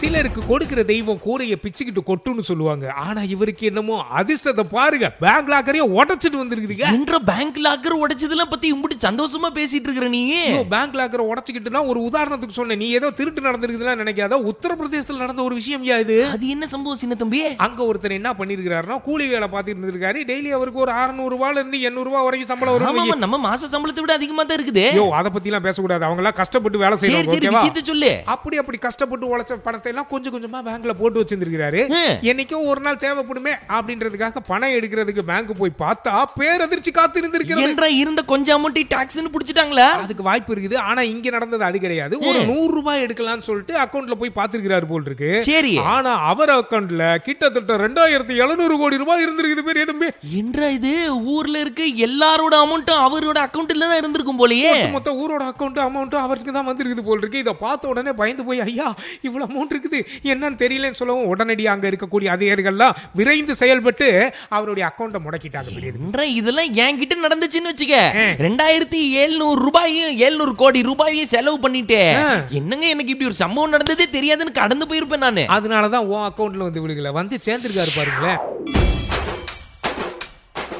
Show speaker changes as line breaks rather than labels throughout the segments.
சிலருக்கு கொடுக்கிற தெய்வம் கூரைய பிச்சுக்கிட்டு கொட்டுன்னு சொல்லுவாங்க ஆனா இவருக்கு என்னமோ அதிர்ஷ்டத்தை பாருங்க பேங்க் லாக்கரையும் உடைச்சிட்டு வந்திருக்குதுங்க
என்ற பேங்க் லாக்கர் உடைச்சதெல்லாம் பத்தி இம்புட்டு சந்தோஷமா பேசிட்டு இருக்கிற நீங்க
பேங்க் லாக்கரை உடைச்சிக்கிட்டுனா ஒரு உதாரணத்துக்கு சொன்னேன் நீ ஏதோ திருட்டு நடந்திருக்குதுலாம் நினைக்காத உத்தரப்பிரதேசத்துல நடந்த ஒரு விஷயம் யா இது
அது என்ன சம்பவம் சின்ன தம்பி
அங்க ஒருத்தர் என்ன பண்ணிருக்காருன்னா கூலி வேலை பார்த்துட்டு இருந்திருக்காரு டெய்லி அவருக்கு ஒரு 600 ரூபாயில இருந்து 800 ரூபாய் வரைக்கும் சம்பளம்
ஆமா
வரும்
ஆமா, நம்ம மாச சம்பளத்தை விட அதிகமா தான் இருக்குது
ஐயோ அதை பத்தி எல்லாம் பேசக்கூடாது அவங்க எல்லாம் கஷ்டப்பட்டு வேலை
சரி
செய்யறாங்க
சரி
ஓகேவா
விஷயத்த சொல்லு
அப்படி அப்படி கஷ்டப்பட்டு உழைச்ச பணத்தை எல்லாம் கொஞ்சம் கொஞ்சமா பேங்க்ல போட்டு வச்சிருந்திருக்காரு
ஆ.
என்னைக்கோ ஒரு நாள் தேவைப்படுமே அப்படின்றதுக்காக பணம் எடுக்கிறதுக்கு பேங்க் போய் பார்த்தா பேரதிர்ச்சி காத்து இருந்திருக்கிறது
என்ற இருந்த கொஞ்சம் அமௌண்ட் டாக்ஸ்னு புடிச்சிட்டாங்களா
அதுக்கு வாய்ப்பு இருக்குது ஆனா இங்க நடந்தது அது கிடையாது ஒரு நூறு ரூபாய் எடுக்கலாம்னு சொல்லிட்டு அக்கவுண்ட்ல போய் பாத்துருக்கிறாரு போல் இருக்கு
சரி
ஆனா அவர் அக்கவுண்ட்ல கிட்டத்தட்ட ரெண்டாயிரத்தி எழுநூறு கோடி ரூபாய் இருந்திருக்குது பெரிய தம்பி
என்ற இது ஊர்ல இருக்க எல்லாரோட அமௌண்ட்டும் அவரோட அக்கவுண்ட்ல தான் இருந்திருக்கும் போலயே
மொத்த ஊரோட அக்கௌண்ட் அமௌண்ட்டும் அவருக்கு தான் வந்திருக்குது போல் இருக்கு இதை பார்த்த உடனே பயந்து போய் ஐயா இவ்வளோ அமௌண்ட் இருக்குது என்னன்னு தெரியலன்னு சொல்லவும் உடனடியாக அங்கே இருக்கக்கூடிய அதிகாரிகள்லாம் விரைந்து செயல்பட்டு அவருடைய அக்கௌண்ட்டை முடக்கிட்டாங்க பெரியது
என்ற இதெல்லாம் என்கிட்ட நடந்துச்சுன்னு வச்சுக்க
ஆ.
ரெண்டாயிரத்தி எழுநூறு ரூபாயும் எழுநூறு கோடி ரூபாயும் செலவு பண்ணிட்டு
ஆ.
என்னங்க எனக்கு இப்படி ஒரு சம்பவம் நடந்ததே தெரியாதுன்னு கடந்து போயிருப்பேன் நானு
அதனால தான் உன் அக்கௌண்ட்ல வந்து விழுகல வந்து சேர்ந்துருக்காரு பாருங்களேன்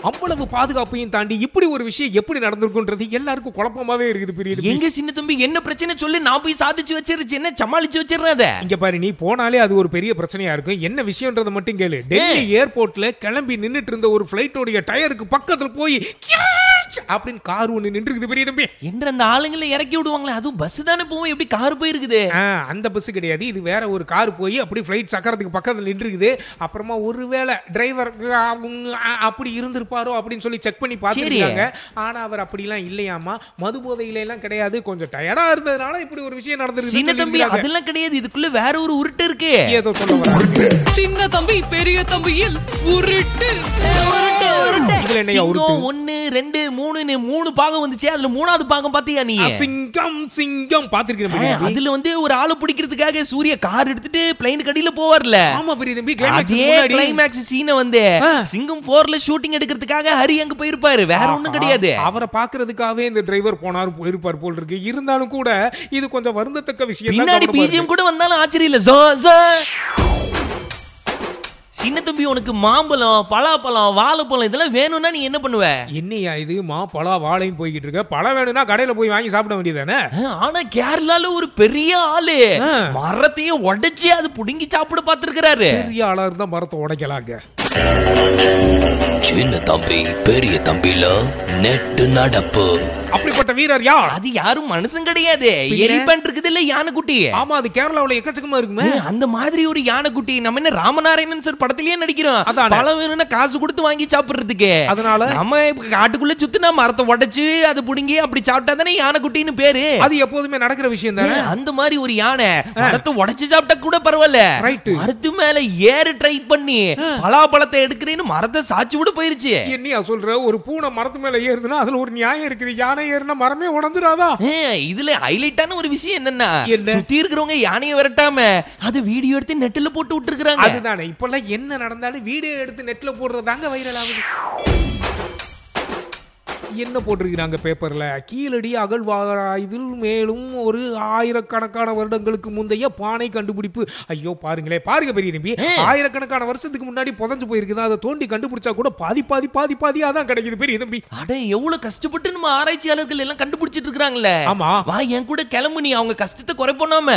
அவ்வளவு பாதுகாப்பையும் தாண்டி இப்படி ஒரு விஷயம் எப்படி நடந்திருக்குன்றது எல்லாருக்கும் குழப்பமாவே இருக்குது பெரியது
எங்க சின்ன தம்பி என்ன பிரச்சனை சொல்லி நான் போய் சாதிச்சு வச்சிருச்சு என்ன சமாளிச்சு வச்சிடுறேன் அதை
இங்க பாரு நீ போனாலே அது ஒரு பெரிய பிரச்சனையா இருக்கும் என்ன விஷயம்ன்றத மட்டும் கேளு டெல்லி ஏர்போர்ட்ல கிளம்பி நின்னுட்டு இருந்த ஒரு பிளைட்டோடைய டயருக்கு பக்கத்துல போய் "கியாச்" அப்படின்னு கார் ஒண்ணு நின்றுக்குது பெரிய தம்பி
என்ற அந்த ஆளுங்களை இறக்கி விடுவாங்களே அதுவும் பஸ் தானே போவோம் எப்படி கார் போயிருக்குது
ஆ, அந்த பஸ் கிடையாது இது வேற ஒரு கார் போய் அப்படி ஃப்ளைட் சக்கரத்துக்கு பக்கத்துல நின்றுக்குது அப்புறமா ஒருவேளை டிரைவர் அப்படி இருந்திருப்பாரோ அப்படின்னு சொல்லி செக் பண்ணி பார்த்துருக்காங்க ஆனா அவர் அப்படிலாம் இல்லையாமா மது போதையில எல்லாம் கிடையாது கொஞ்சம் டயர்டா இருந்ததுனால இப்படி ஒரு விஷயம்
சின்ன தம்பி
நடந்திருக்கு
அதெல்லாம் கிடையாது இதுக்குள்ள வேற ஒரு உருட்டு இருக்கு
ஏதோ சொல்ல வராங்க.
சின்ன தம்பி பெரிய தம்பியில் உருட்டு உருட்டு உருட்டு
இதுல என்னையா உருட்டு
சிங்கம் ஒன்னு ரெண்டு மூணுன்னு மூணு பாகம் வந்துச்சு அதுல மூணாவது பாகம் பாத்தியா நீ
சிங்கம் சிங்கம் பாத்திருக்கிறேன்
அதுல வந்து ஒரு ஆளு பிடிக்கிறதுக்காக சூரிய கார் எடுத்துட்டு பிளைன் கடியில போவார்ல
ஆமா பெரிய தம்பி
அதே
கிளைமேக்ஸ்
கிளைமேக்ஸ் சீனை வந்து
ஆ.
சிங்கம் போர்ல ஷூட்டிங் எடுக்கிறதுக்காக ஹரி அங்க போயிருப்பாரு வேற ஒண்ணும் கிடையாது
அவரை பாக்குறதுக்காகவே இந்த டிரைவர் போனார் போயிருப்பார் போல் இருக்கு இருந்தாலும் கூட இது கொஞ்சம் வருந்தத்தக்க விஷயம் தான்
பின்னாடி
கவனமா இருக்கு.
பிஜிஎம் கூட வந்தாலும் ஆச்சரியம் இல்ல ஜோ ஜோ சின்ன தம்பி உனக்கு மாம்பழம் பலாப்பழம் வாழைப்பழம் இதெல்லாம் வேணும்னா நீ என்ன பண்ணுவ
என்னையா இது மா பலா வாழையும் போய்கிட்டு இருக்க பழம் வேணும்னா கடையில போய் வாங்கி சாப்பிட வேண்டியதானே
ஆ, ஆனா கேரளால ஒரு பெரிய ஆளு
ஆ.
மரத்தையே உடைச்சு அது புடுங்கி சாப்பிட பாத்துருக்கிறாரு
பெரிய ஆளா இருந்தா மரத்தை உடைக்கலாங்க
சின்ன தம்பி பெரிய தம்பில நெட்டு நடப்பு
அப்படிப்பட்ட வீரர் யார்
அது யாரும் மனுஷன் கிடையாது
பின்ன?
எலிபென்ட் இருக்குது இல்ல யானைக்குட்டி
ஆமா அது கேரளாவுல எக்கச்சக்கமா இருக்குமே
ஏய், அந்த மாதிரி ஒரு யானைக்குட்டி நம்ம என்ன ராமநாராயணன் சார் படத்திலேயே நடிக்கிறோம்
அதானே.
பழம் வேணும்னா காசு கொடுத்து வாங்கி சாப்பிடுறதுக்கு
அதனால?
நம்ம இப்ப காட்டுக்குள்ள சுத்தினா மரத்தை உடைச்சு அது புடுங்கி அப்படி சாப்பிட்டா தானே யானைக்குட்டின்னு பேரு
அது எப்போதுமே நடக்கிற விஷயம் தானே
ஏய், அந்த மாதிரி ஒரு யானை மரத்தை உடைச்சு சாப்பிட்டா கூட பரவாயில்ல
Right.
மரத்து மேல ஏற ட்ரை பண்ணி பலாப்பழத்தை எடுக்கிறேன்னு மரத்தை சாச்சு விட போயிருச்சு
என்னையா சொல்ற ஒரு பூனை மரத்து மேல ஏறுதுன்னா அதுல ஒரு நியாயம் இருக்குது யானை ஏறுனா மரமே உடஞ்சிடாதா
ஏய், இதுல ஹைலைட்டான ஒரு விஷயம் என்னன்னா
என்ன?
சுத்தி இருக்கிறவங்க யானையை விரட்டாம அது வீடியோ எடுத்து நெட்டில் போட்டு விட்டுருக்காங்க
அதுதானே இப்பெல்லாம் என்ன நடந்தாலும் வீடியோ எடுத்து நெட்ல போடுறதாங்க வைரல் ஆகுது என்ன போட்டிருக்கிறாங்க பேப்பர்ல கீழடி அகழ்வாராய்வில் மேலும் ஒரு ஆயிரக்கணக்கான வருடங்களுக்கு முந்தைய பானை கண்டுபிடிப்பு ஐயோ பாருங்களே பாருங்க பெரிய தம்பி ஆயிரக்கணக்கான வருஷத்துக்கு முன்னாடி புதஞ்சு போயிருக்குதா அதை தோண்டி கண்டுபிடிச்சா கூட பாதி பாதி பாதி பாதியா தான் கிடைக்குது பெரிய தம்பி
அட எவ்வளவு கஷ்டப்பட்டு நம்ம ஆராய்ச்சியாளர்கள் எல்லாம் கண்டுபிடிச்சிட்டு இருக்காங்களே
ஆமா
வா என் கூட கிளம்பு நீ அவங்க கஷ்டத்தை குறைப்போனாம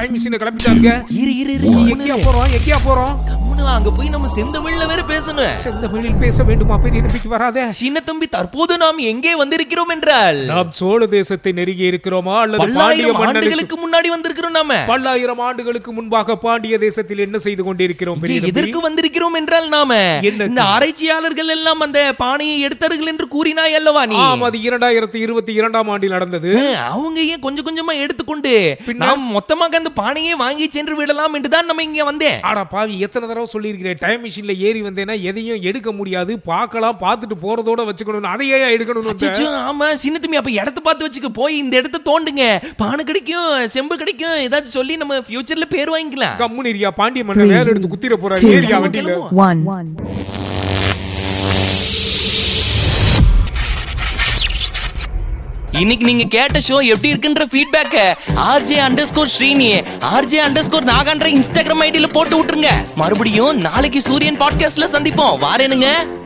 டைம் மிஷின் கிளம்பிட்டாருங்க
இரு இரு இரு
எங்கேயா போறோம் எங்கேயா போறோம்
கம்முனு வா, அங்க போய் நம்ம செந்தமிழ்ல வேற பேசணும்
செந்தமிழில் பேச வேண்டுமா பெரிய தம்பிக்கு வராதே
சின்ன தம்பி தற்போது நாம் எங்கே வந்திருக்கிறோம் என்றால்
நாம் சோழ தேசத்தை நெருங்கி இருக்கிறோமா அல்லது பாண்டிய
பல்லாயிரம்
மன்னனுக்கு
ஆண்டுகளுக்கு முன்னாடி வந்திருக்கிறோம் நாம
பல்லாயிரம் ஆண்டுகளுக்கு முன்பாக பாண்டிய தேசத்தில் என்ன செய்து கொண்டிருக்கிறோம் பெரிய
இங்கே
தம்பி?
எதற்கு வந்திருக்கிறோம் என்றால் நாம
என்ன?
இந்த ஆராய்ச்சியாளர்கள் எல்லாம் அந்த பானையை எடுத்தார்கள் என்று கூறினாய் அல்லவா நீ
ஆம் அது இரண்டாயிரத்தி இருபத்தி இரண்டாம் ஆண்டில் நடந்தது
ஆ, அவங்க ஏன் கொஞ்சம் கொஞ்சமா எடுத்துக்கொண்டு
பின்ன?
நாம் மொத்தமாக அந்த பானையை வாங்கி சென்று விடலாம் என்று தான் நம்ம இங்க வந்தேன்
ஆடா பாவி எத்தனை தடவை சொல்லியிருக்கிறேன் டைம் மிஷின்ல ஏறி வந்தேன்னா எதையும் எடுக்க முடியாது பார்க்கலாம் பார்த்துட்டு போறதோட வச்சுக்கணும் அதை ஏன் எடுக்கணும்னு வந்த?
அச்சச்சோ, ஆமா சின்ன தம்பி அப்ப இடத்த பார்த்து வச்சுக்க போய் இந்த இடத்த தோண்டுங்க பானை கிடைக்கும் செம்பு கிடைக்கும் ஏதாச்சும் சொல்லி நம்ம ஃபியூச்சர்ல பேர் வாங்கிக்கலாம்
கம்முன்னு இருக்கியா பாண்டிய மன்னன் வேலை எடுத்து குத்திர போறாரு ஏரியா வண்டியில
கிளம்புவோம்.
one.
இன்னைக்கு நீங்க கேட்ட ஷோ எப்படி இருக்குன்ற ஃபீட்பேக்க RJ underscore Srini RJ underscore நாகான்ற இன்ஸ்டாகிராம் ஐடியில போட்டு விட்டுருங்க மறுபடியும் நாளைக்கு சூரியன் பாட்காஸ்ட்ல சந்திப்போம் வாரேனுங்க